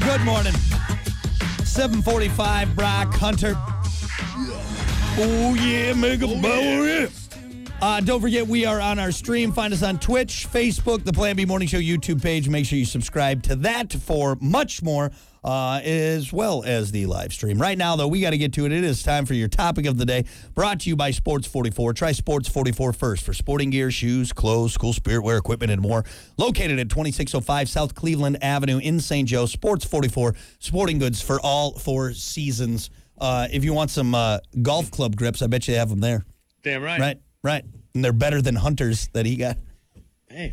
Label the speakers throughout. Speaker 1: Good morning. 745 Brock Hunter. Oh, yeah, make a bow, yeah. Uh, don't forget, we are on our stream. Find us on Twitch, Facebook, the Plan B Morning Show YouTube page. Make sure you subscribe to that for much more, uh, as well as the live stream. Right now, though, we got to get to it. It is time for your topic of the day, brought to you by Sports 44. Try Sports 44 first for sporting gear, shoes, clothes, school spirit wear, equipment, and more. Located at 2605 South Cleveland Avenue in St. Joe. Sports 44, sporting goods for all four seasons. Uh, if you want some uh, golf club grips, I bet you they have them there.
Speaker 2: Damn right.
Speaker 1: Right, right. And they're better than Hunter's that he got.
Speaker 2: Hey,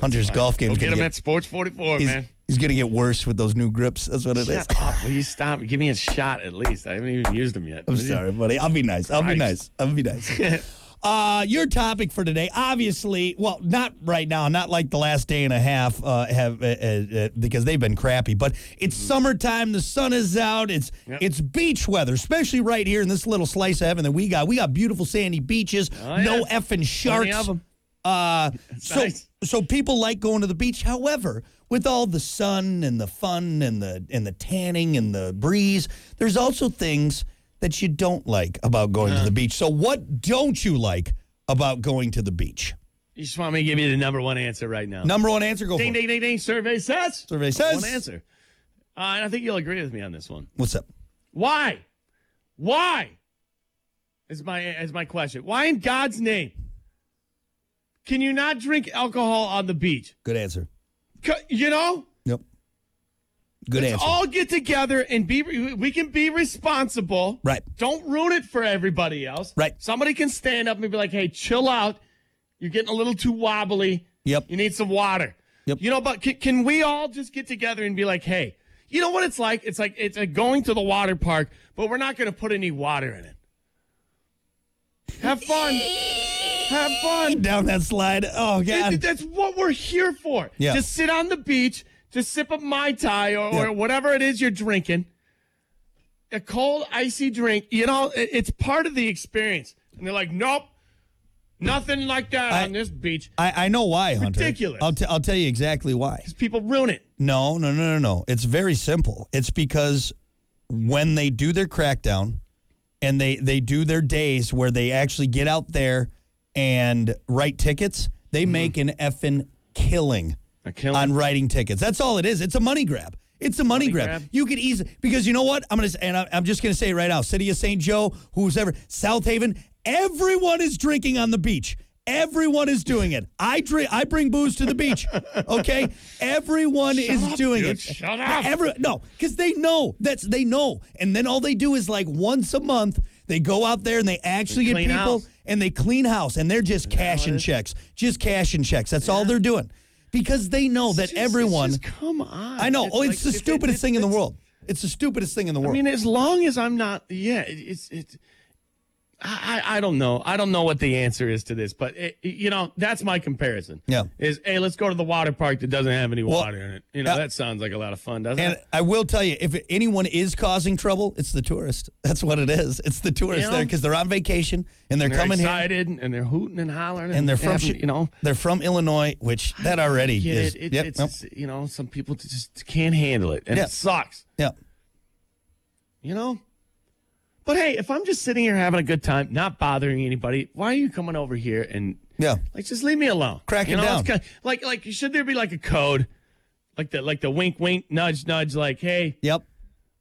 Speaker 1: Hunter's golf game.
Speaker 2: go get him at Sports 44,
Speaker 1: he's,
Speaker 2: man.
Speaker 1: he's gonna get worse with those new grips. That's what it is.
Speaker 2: Shut up. Will you stop? Give me a shot at least. I haven't even used them yet.
Speaker 1: I'm sorry, buddy. I'll be nice. I'll be nice.
Speaker 2: Christ.
Speaker 1: I'll be nice. Uh, your topic for today, obviously, well, not right now, not like the last day and a half, uh, have uh, uh, uh, because they've been crappy. But it's summertime, the sun is out, it's
Speaker 2: Mm-hmm. Yep.
Speaker 1: it's beach weather, especially right here in this little slice of heaven that we got. We got beautiful sandy beaches,
Speaker 2: Oh, yeah.
Speaker 1: no effing sharks.
Speaker 2: of 'em.
Speaker 1: Uh, so
Speaker 2: nice.
Speaker 1: so people like going to the beach. However, with all the sun and the fun and the and the tanning and the breeze, there's also things that you don't like about going
Speaker 2: Uh-huh.
Speaker 1: to the beach. So what don't you like about going to the beach?
Speaker 2: You just want me to give you the number one answer right now.
Speaker 1: Number one answer, go
Speaker 2: Ding,
Speaker 1: for it.
Speaker 2: ding, ding, ding. Survey says.
Speaker 1: Survey says.
Speaker 2: One answer. Uh, and I think you'll agree with me on this one.
Speaker 1: What's up?
Speaker 2: Why? Why? Is my is my question. Why in God's name can you not drink alcohol on the beach?
Speaker 1: Good answer.
Speaker 2: Co- You know,
Speaker 1: Yep. Good
Speaker 2: let's
Speaker 1: answer.
Speaker 2: all get together and be. We can be responsible.
Speaker 1: Right.
Speaker 2: Don't ruin it for everybody else.
Speaker 1: Right.
Speaker 2: Somebody can stand up and be like, "Hey, chill out. You're getting a little too wobbly.
Speaker 1: Yep.
Speaker 2: You need some water.
Speaker 1: Yep.
Speaker 2: You know, but can, can we all just get together and be like, hey, you know what it's like? It's like it's like going to the water park, but we're not going to put any water in it. Have fun. Have fun.
Speaker 1: Down that slide. Oh
Speaker 2: It-
Speaker 1: god.
Speaker 2: that's what we're here for.
Speaker 1: Yeah.
Speaker 2: Just sit on the beach, just sip a mai tai or,
Speaker 1: Yeah.
Speaker 2: or whatever it is you're drinking. A cold, icy drink. You know, it- it's part of the experience. And they're like, nope, nothing like that
Speaker 1: I-
Speaker 2: on this beach.
Speaker 1: I, I know why, Hunter.
Speaker 2: ridiculous.
Speaker 1: I'll, t- I'll tell you exactly why.
Speaker 2: People ruin it.
Speaker 1: No, no, no, no, no. It's very simple. It's because when they do their crackdown and they they do their days where they actually get out there and write tickets, they make an effing killing
Speaker 2: Mm-hmm. A killing.
Speaker 1: on writing tickets. That's all it is. It's a money grab. It's a money, grab.
Speaker 2: grab.
Speaker 1: You could easily because you know what I'm gonna s- and I- I'm just gonna say it right now. City of St. Joe, who's ever South Haven, everyone is drinking on the beach. Everyone is doing it. I drink. I bring booze to the beach. Okay, everyone is
Speaker 2: up,
Speaker 1: doing
Speaker 2: dude.
Speaker 1: it.
Speaker 2: Shut up.
Speaker 1: Every, no, because they know that's they know, and then all they do is like once a month they go out there and they actually get
Speaker 2: clean
Speaker 1: people
Speaker 2: house.
Speaker 1: and they clean house and they're just cashing checks, just cashing checks. That's all they're doing because they know that
Speaker 2: Just-
Speaker 1: everyone.
Speaker 2: just come on.
Speaker 1: I know. oh,
Speaker 2: like-
Speaker 1: it's the
Speaker 2: it- it-
Speaker 1: stupidest
Speaker 2: it-
Speaker 1: thing in the
Speaker 2: it's-
Speaker 1: world. It's the stupidest thing in the
Speaker 2: I
Speaker 1: world.
Speaker 2: mean, as long as I'm not, yeah, it- it's it's. I, I I don't know. I don't know what the answer is to this, but it, you know that's my comparison.
Speaker 1: Yeah.
Speaker 2: Is hey, let's go to the water park that doesn't have any
Speaker 1: Well,
Speaker 2: water in it. You know
Speaker 1: uh,
Speaker 2: that sounds like a lot of fun, doesn't
Speaker 1: and
Speaker 2: it?
Speaker 1: I will tell you, if anyone is causing trouble, it's the tourist. That's what it is. It's the tourists
Speaker 2: You know?
Speaker 1: there because they're on vacation and they're,
Speaker 2: They're
Speaker 1: coming here
Speaker 2: excited and they're hooting and hollering
Speaker 1: and they're from
Speaker 2: having,
Speaker 1: Chi-
Speaker 2: you know.
Speaker 1: they're from Illinois, which that already
Speaker 2: Get
Speaker 1: is
Speaker 2: it? It-
Speaker 1: yep,
Speaker 2: it's
Speaker 1: nope,
Speaker 2: you know some people just can't handle it and
Speaker 1: Yeah.
Speaker 2: it sucks.
Speaker 1: yep.
Speaker 2: you know? But hey, if I'm just sitting here having a good time, not bothering anybody, why are you coming over here and
Speaker 1: Yeah.
Speaker 2: Like just leave me alone.
Speaker 1: Crack
Speaker 2: you
Speaker 1: it
Speaker 2: know,
Speaker 1: down.
Speaker 2: it's Kind like like should there be like a code? Like the like the wink wink nudge nudge like hey,
Speaker 1: Yep.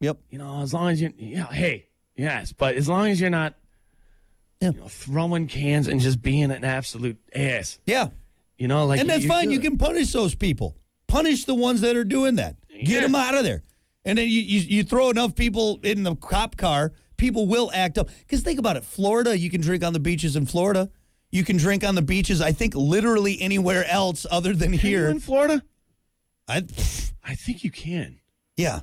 Speaker 1: Yep.
Speaker 2: you know, as long as you yeah, hey, yes, but as long as you're not
Speaker 1: Yeah.
Speaker 2: you know, throwing cans and just being an absolute ass.
Speaker 1: Yeah.
Speaker 2: You know, like
Speaker 1: And that's
Speaker 2: you're
Speaker 1: fine. You
Speaker 2: good.
Speaker 1: can punish those people. Punish the ones that are doing that. Get
Speaker 2: Yeah.
Speaker 1: them out of there. And then you, you you throw enough people in the cop car, people will act up. Because think about it, Florida, you can drink on the beaches in Florida. You can drink on the beaches. I think literally anywhere else other than
Speaker 2: Can you
Speaker 1: here.
Speaker 2: in Florida?
Speaker 1: I,
Speaker 2: I think you can.
Speaker 1: yeah,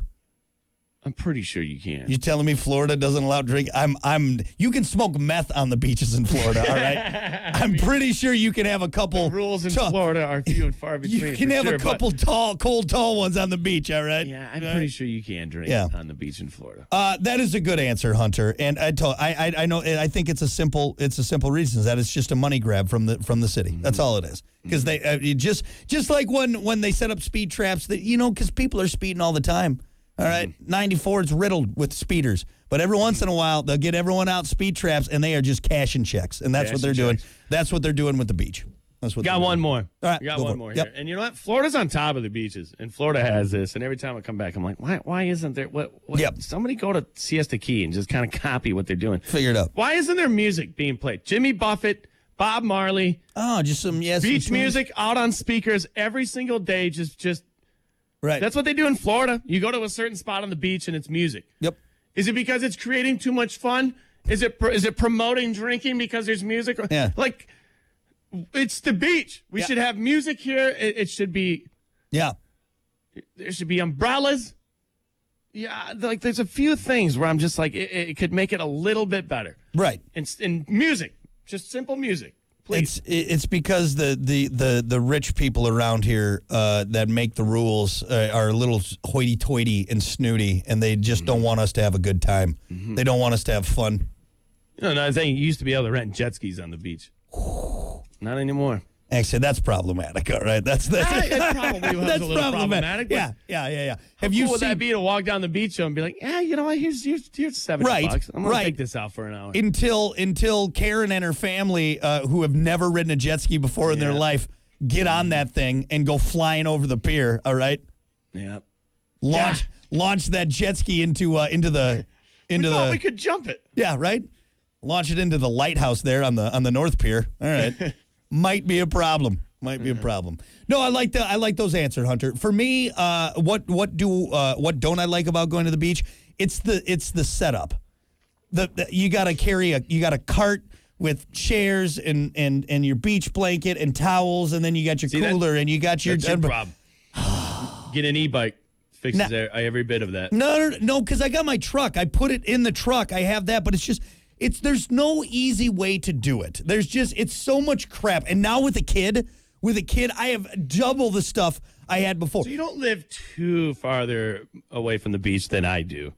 Speaker 2: I'm pretty sure you can.
Speaker 1: you telling me Florida doesn't allow drink? I'm I'm. You can smoke meth on the beaches in Florida. All right, I'm pretty sure you can have a couple
Speaker 2: Rules in
Speaker 1: tough-
Speaker 2: Florida are few and far between.
Speaker 1: You can
Speaker 2: for
Speaker 1: have
Speaker 2: sure,
Speaker 1: a
Speaker 2: but-
Speaker 1: couple tall, cold, tall ones on the beach. All right.
Speaker 2: Yeah, I'm pretty sure you can drink
Speaker 1: Yeah.
Speaker 2: on the beach in Florida.
Speaker 1: Uh, that is a good answer, Hunter. And I, told, I, I, I know. I think it's a simple. It's a simple reason is that it's just a money grab from the from the city.
Speaker 2: Mm-hmm.
Speaker 1: That's all it is. Because they uh, you just just like when when they set up speed traps that you know because people are speeding all the time. All right.
Speaker 2: Mm-hmm.
Speaker 1: 94 is riddled with speeders. But every once in a while, they'll get everyone out speed traps and they are just cashing checks. And that's what they're
Speaker 2: Cashing
Speaker 1: doing.
Speaker 2: checks.
Speaker 1: That's what they're doing with the beach. That's what
Speaker 2: Got
Speaker 1: they're
Speaker 2: one
Speaker 1: doing.
Speaker 2: more.
Speaker 1: All right,
Speaker 2: We got
Speaker 1: go for
Speaker 2: one
Speaker 1: it.
Speaker 2: more
Speaker 1: Yep.
Speaker 2: here. And you know what? Florida's on top of the beaches, and Florida has this. And every time I come back, I'm like, why? Why isn't there? What? what
Speaker 1: Yep.
Speaker 2: Somebody go to Siesta Key and just kind of copy what they're doing.
Speaker 1: Figure it out.
Speaker 2: Why isn't there music being played? Jimmy Buffett, Bob Marley,
Speaker 1: Oh, just some yes. some
Speaker 2: beach
Speaker 1: tunes.
Speaker 2: music out on speakers every single day. Just, just
Speaker 1: Right.
Speaker 2: that's what they do in Florida. You go to a certain spot on the beach and it's music.
Speaker 1: yep.
Speaker 2: Is it because it's creating too much fun? Is it pro- is it promoting drinking because there's music?
Speaker 1: Yeah.
Speaker 2: Like, it's the beach. We
Speaker 1: Yeah.
Speaker 2: should have music here. It, it should be
Speaker 1: Yeah.
Speaker 2: there should be umbrellas. Yeah, like there's a few things where I'm just like it, it could make it a little bit better.
Speaker 1: Right.
Speaker 2: And, s- and music, just simple music, please.
Speaker 1: It's it- it's because the the the the rich people around here uh, that make the rules uh, are a little hoity-toity and snooty, and they just don't want us to have a good time.
Speaker 2: Mm-hmm.
Speaker 1: They don't want us to have fun.
Speaker 2: No, no, I think you used to be able to rent jet skis on the beach. Not anymore.
Speaker 1: Actually, that's problematic. All right, that's that's,
Speaker 2: Right, that's probably what was a little problematic, but-
Speaker 1: Yeah, yeah, yeah, yeah. Have
Speaker 2: You
Speaker 1: you
Speaker 2: cool would
Speaker 1: seen
Speaker 2: that be to walk down the beach and be like, yeah, you know what? Here's here's here's seventy
Speaker 1: Right,
Speaker 2: bucks. I'm gonna
Speaker 1: right.
Speaker 2: take this out for an hour.
Speaker 1: until until Karen and her family, uh, who have never ridden a jet ski before in their
Speaker 2: Yeah. Mm-hmm.
Speaker 1: life, get on that thing and go flying over the pier? All right,
Speaker 2: yeah.
Speaker 1: launch launch that jet ski into uh, into the into
Speaker 2: we thought
Speaker 1: the
Speaker 2: we could jump it.
Speaker 1: yeah right. Launch it into the lighthouse there on the on the north pier. All right, might be a problem. Might be a problem. No, I like the I like those answered, Hunter. For me, uh, what what do uh, what don't I like about going to the beach? It's the it's the setup. The, the you got to carry a you got a cart with chairs and and and your beach blanket and towels, and then you got your
Speaker 2: that-
Speaker 1: cooler and you got your
Speaker 2: That's your problem. Get an e-bike, fixes
Speaker 1: Nah.
Speaker 2: e- every bit of that.
Speaker 1: No, no, no, because I got my truck. I put it in the truck. I have that, but it's just it's there's no easy way to do it. There's just it's so much crap. And now with a kid, with a kid, I have double the stuff I had before.
Speaker 2: You don't live too farther away from the beach than I do.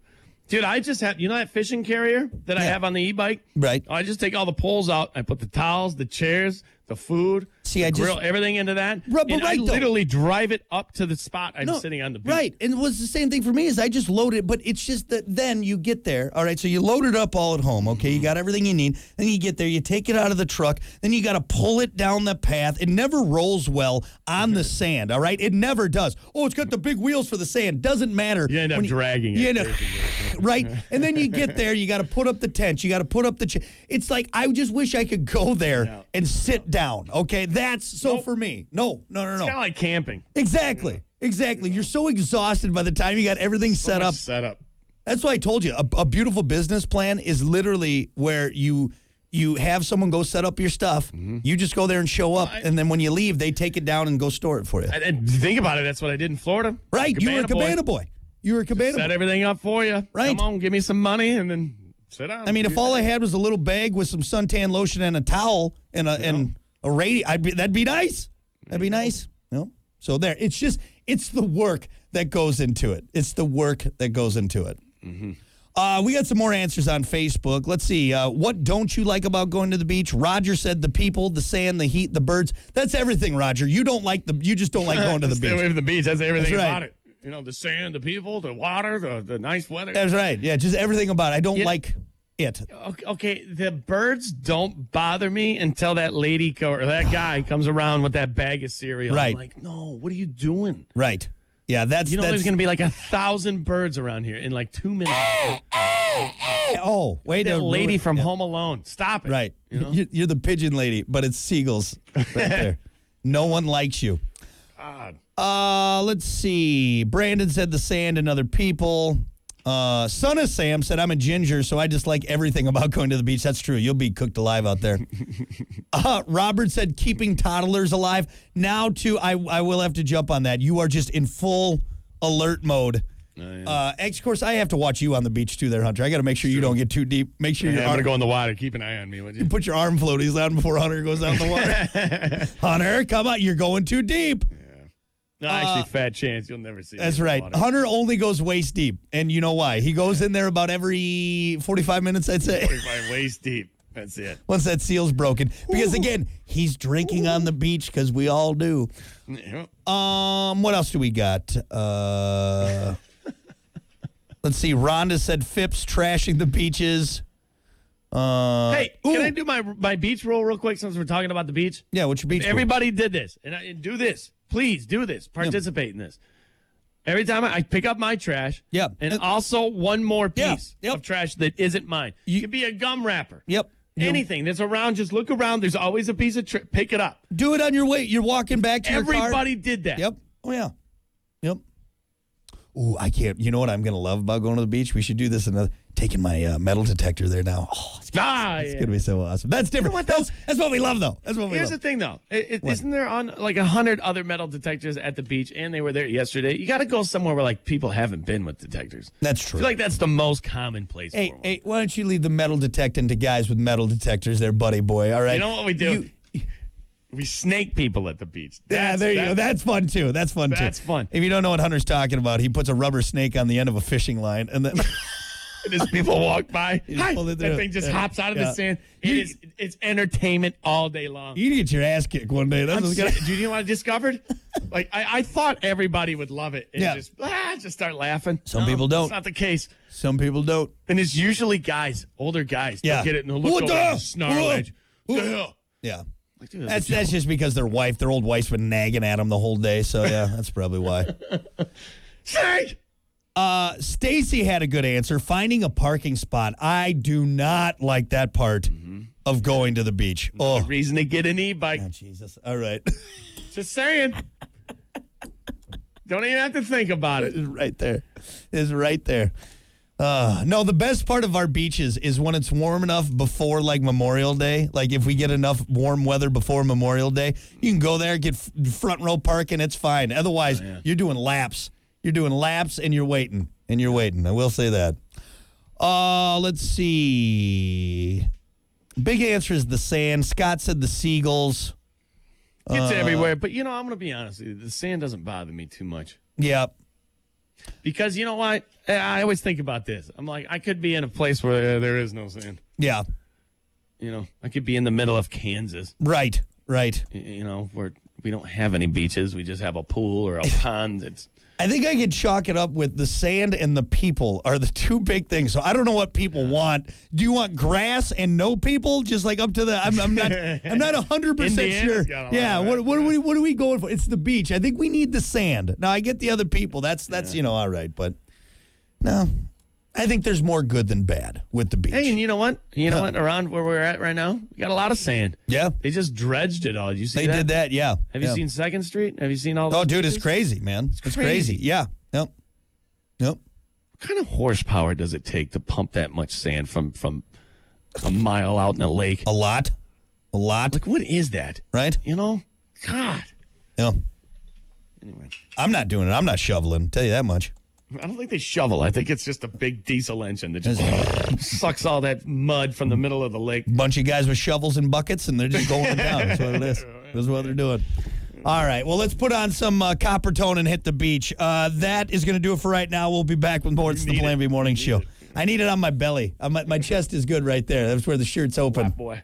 Speaker 2: Dude, I just have, you know that fishing carrier that I
Speaker 1: Yeah.
Speaker 2: have on the e-bike?
Speaker 1: Right.
Speaker 2: I just take all the poles out. I put the towels, the chairs, the food,
Speaker 1: See,
Speaker 2: the
Speaker 1: I just-
Speaker 2: grill, everything into that.
Speaker 1: Right, but
Speaker 2: and I
Speaker 1: right, though.
Speaker 2: literally drive it up to the spot I'm sitting on the beach.
Speaker 1: Right. And it was the same thing for me is I just loaded it, but it's just that then you get there. All right. So you load it up all at home. Okay.
Speaker 2: Mm-hmm.
Speaker 1: You got everything you need. Then you get there, you take it out of the truck, then you got to pull it down the path. It never rolls well on
Speaker 2: Mm-hmm.
Speaker 1: the sand. All right. It never does. Oh, it's got the big wheels for the sand. Doesn't matter.
Speaker 2: You end up
Speaker 1: When
Speaker 2: dragging it.
Speaker 1: You end up, right. And then you get there, you got to put up the tent, you got to put up the. Cha- it's like, I just wish I could go there
Speaker 2: No.
Speaker 1: and sit down. Okay. That's so
Speaker 2: Nope.
Speaker 1: for me. No, no, no, no.
Speaker 2: Kind of like camping.
Speaker 1: Exactly. Exactly. You're so exhausted by the time you got everything set up.
Speaker 2: Set up.
Speaker 1: That's why I told you a, a beautiful business plan is literally where you you have someone go set up your stuff. You just go there and show up, and then when you leave, they take it down and go store it for you.
Speaker 2: And, and think about it. That's what I did in Florida.
Speaker 1: right? you were a cabana boy. You were a cabana.
Speaker 2: Set
Speaker 1: boy.
Speaker 2: everything up for you.
Speaker 1: Right.
Speaker 2: Come on, give me some money and then sit down.
Speaker 1: I mean, if all I had was a little bag with some suntan lotion and a towel and a and a radio, I'd be that'd be nice. That'd be nice. No, so there. It's just it's the work that goes into it. It's the work that goes into it.
Speaker 2: Mm-hmm.
Speaker 1: Uh, we got some more answers on Facebook. Let's see. Uh, what don't you like about going to the beach? Roger said the people, the sand, the heat, the birds. That's everything, Roger. You don't like the. You just don't like going to the
Speaker 2: Stay
Speaker 1: beach.
Speaker 2: away from the beach. That's everything
Speaker 1: That's right.
Speaker 2: about it. You know, the sand, the people, the water, the, the nice weather.
Speaker 1: That's right. Yeah, just everything about it. I don't
Speaker 2: Yeah.
Speaker 1: like it.
Speaker 2: Okay, okay, the birds don't bother me until that lady co- or that guy comes around with that bag of cereal.
Speaker 1: Right.
Speaker 2: I'm like, no, what are you doing?
Speaker 1: Right. Yeah, that's
Speaker 2: You know,
Speaker 1: that's
Speaker 2: there's going to be like a thousand birds around here in like two minutes.
Speaker 1: oh wait
Speaker 2: that
Speaker 1: a
Speaker 2: lady from Home Alone. Stop it.
Speaker 1: Right. You are you're the pigeon lady, but it's seagulls right there. No one likes you.
Speaker 2: God.
Speaker 1: Uh, let's see. Brandon said the sand and other people. Uh, son of Sam said, I'm a ginger, so I dislike everything about going to the beach. That's true. You'll be cooked alive out there. uh, Robert said, keeping toddlers alive. Now, too, I, I will have to jump on that. You are just in full alert mode. Uh, and of course, I have to watch you on the beach too, there, Hunter. I got to make sure you don't get too deep. Make sure
Speaker 2: Yeah,
Speaker 1: you're
Speaker 2: I'm going to go in the water. Keep an eye on me, would you?
Speaker 1: put your arm floaties on before Hunter goes out in the water. Hunter, come on, you're going too deep.
Speaker 2: No, actually, fat chance. You'll never see me
Speaker 1: Uh, That's
Speaker 2: in the
Speaker 1: right.
Speaker 2: water.
Speaker 1: Hunter only goes waist deep, and you know why? He goes in there about every 45 minutes, I'd say,
Speaker 2: If I waist deep, that's it.
Speaker 1: once that seal's broken. Because again, he's drinking on the beach because we all do.
Speaker 2: Yep.
Speaker 1: Uh, Um, what else do we got? Uh, Let's see. Rhonda said Phipps trashing the beaches. Uh,
Speaker 2: Hey,
Speaker 1: ooh.
Speaker 2: can I do my my beach roll real quick since we're talking about the beach?
Speaker 1: Yeah, what's your beach? rule?
Speaker 2: Everybody did this, and, I, and do this. Please do this. Participate in this. Every time I, I pick up my trash,
Speaker 1: Yeah.
Speaker 2: and
Speaker 1: And-
Speaker 2: also one more
Speaker 1: Yeah,
Speaker 2: piece
Speaker 1: yep.
Speaker 2: of trash that isn't mine.
Speaker 1: You-
Speaker 2: You, could be a gum wrapper.
Speaker 1: Yep. You-
Speaker 2: Anything that's around, just look around. There's always a piece of trash. Pick it up.
Speaker 1: Do it on your way. You're walking back to your car.
Speaker 2: Everybody did that.
Speaker 1: Yep. Oh yeah. Yep. Ooh, I can't. You know what I'm gonna love about going to the beach? We should do this another. Taking my uh, metal detector there now. Oh, it's
Speaker 2: Ah, yeah.
Speaker 1: gonna be so awesome. That's different.
Speaker 2: what, though?
Speaker 1: that's, that's what we love though. That's what we
Speaker 2: Here's the
Speaker 1: love.
Speaker 2: thing, though. It, it, isn't there on like a hundred other metal detectors at the beach, and they were there yesterday? You got to go somewhere where like people haven't been with detectors.
Speaker 1: that's
Speaker 2: I
Speaker 1: true.
Speaker 2: feel like that's the most common place.
Speaker 1: hey,
Speaker 2: for one.
Speaker 1: hey, why don't you leave the metal detecting to guys with metal detectors, there, buddy boy? All right.
Speaker 2: You know what we do? we snake people at the beach.
Speaker 1: yeah, there you go. That's fun too. That's fun too.
Speaker 2: That's fun.
Speaker 1: If you don't know what Hunter's talking about, he puts a rubber snake on the end of a fishing line, and then
Speaker 2: And as people walk by,
Speaker 1: just
Speaker 2: hi,
Speaker 1: pull it
Speaker 2: that
Speaker 1: through.
Speaker 2: thing just
Speaker 1: Yeah.
Speaker 2: hops out of
Speaker 1: Yeah.
Speaker 2: the sand. It
Speaker 1: You-
Speaker 2: is, it's entertainment all day long.
Speaker 1: you get your ass kicked one day. That's
Speaker 2: I'm
Speaker 1: what's gonna.
Speaker 2: serious. Do you know what I discovered? Like I, I thought everybody would love it and
Speaker 1: Yeah.
Speaker 2: just ah, just start laughing.
Speaker 1: Some people don't.
Speaker 2: It's not the case.
Speaker 1: Some people don't.
Speaker 2: And it's usually guys, older guys. They'll
Speaker 1: Yeah.
Speaker 2: get it and they'll look
Speaker 1: What
Speaker 2: over
Speaker 1: the-
Speaker 2: and snarl
Speaker 1: Whoa.
Speaker 2: at you. What the hell?
Speaker 1: Yeah.
Speaker 2: Like, dude,
Speaker 1: That's that's just because their wife, their old wife's been nagging at them the whole day. So yeah, that's probably why.
Speaker 2: snake.
Speaker 1: Uh, Stacy had a good answer. Finding a parking spot. I do not like that part of going to the beach. Oh,
Speaker 2: Reason to get an e-bike.
Speaker 1: oh, Jesus! All right,
Speaker 2: Just saying. Don't even have to think about it.
Speaker 1: It's right there, is right there. Uh, no, the best part of our beaches is when it's warm enough before like Memorial Day. Like if we get enough warm weather before Memorial Day, you can go there, get f- front row parking. It's fine. Otherwise, you're doing laps. You're doing laps, and you're waiting, and you're waiting. I will say that. Uh, let's see. Big answer is the sand. Scott said the seagulls.
Speaker 2: It's everywhere. But you know, I'm gonna be honest with you. The sand doesn't bother me too much.
Speaker 1: Yep.
Speaker 2: Because you know what? I- I always think about this. I'm like, I could be in a place where there is no sand.
Speaker 1: Yeah.
Speaker 2: You know, I could be in the middle of Kansas.
Speaker 1: Right. Right.
Speaker 2: y- You know, where we don't have any beaches. We just have a pool or a pond. It's
Speaker 1: I think I could chalk it up with the sand and the people are the two big things. So I don't know what people want. Do you want grass and no people? Just like up to the I'm, I'm not I'm not hundred percent
Speaker 2: Indiana's
Speaker 1: sure.
Speaker 2: got a lot
Speaker 1: Yeah,
Speaker 2: of
Speaker 1: what
Speaker 2: that,
Speaker 1: what are we what are we going for? It's the beach. I think we need the sand. Now I get the other people. That's that's you know all right, but no, I think there's more good than bad with the beach.
Speaker 2: hey, and you know what? You know what? Around where we're at right now, we got a lot of sand.
Speaker 1: yeah,
Speaker 2: They just dredged it all. Did you see
Speaker 1: they
Speaker 2: that?
Speaker 1: did that. Yeah,
Speaker 2: Have you
Speaker 1: yeah.
Speaker 2: seen Second Street? Have you seen all?
Speaker 1: Oh,
Speaker 2: those
Speaker 1: dude, it's
Speaker 2: pictures?
Speaker 1: crazy, man. It's crazy.
Speaker 2: crazy.
Speaker 1: Yeah. Nope. Nope.
Speaker 2: What kind of horsepower does it take to pump that much sand from from a mile out in a lake?
Speaker 1: A lot. A lot.
Speaker 2: Like, what is that?
Speaker 1: Right.
Speaker 2: You know, God.
Speaker 1: Yeah.
Speaker 2: Anyway,
Speaker 1: I'm not doing it. I'm not shoveling. Tell you that much.
Speaker 2: I don't think they shovel. I think it's just a big diesel engine that just sucks all that mud from the middle of the lake.
Speaker 1: Bunch of guys with shovels and buckets, and they're just going down. That's what it is. That's what they're doing. All right. Well, let's put on some uh, copper tone and hit the beach. Uh, that is going to do it for right now. We'll be back with more. It's the Plan B Morning Show. I need it on my belly. Uh, my, my chest is good right there. That's where the shirt's open.
Speaker 2: Boy.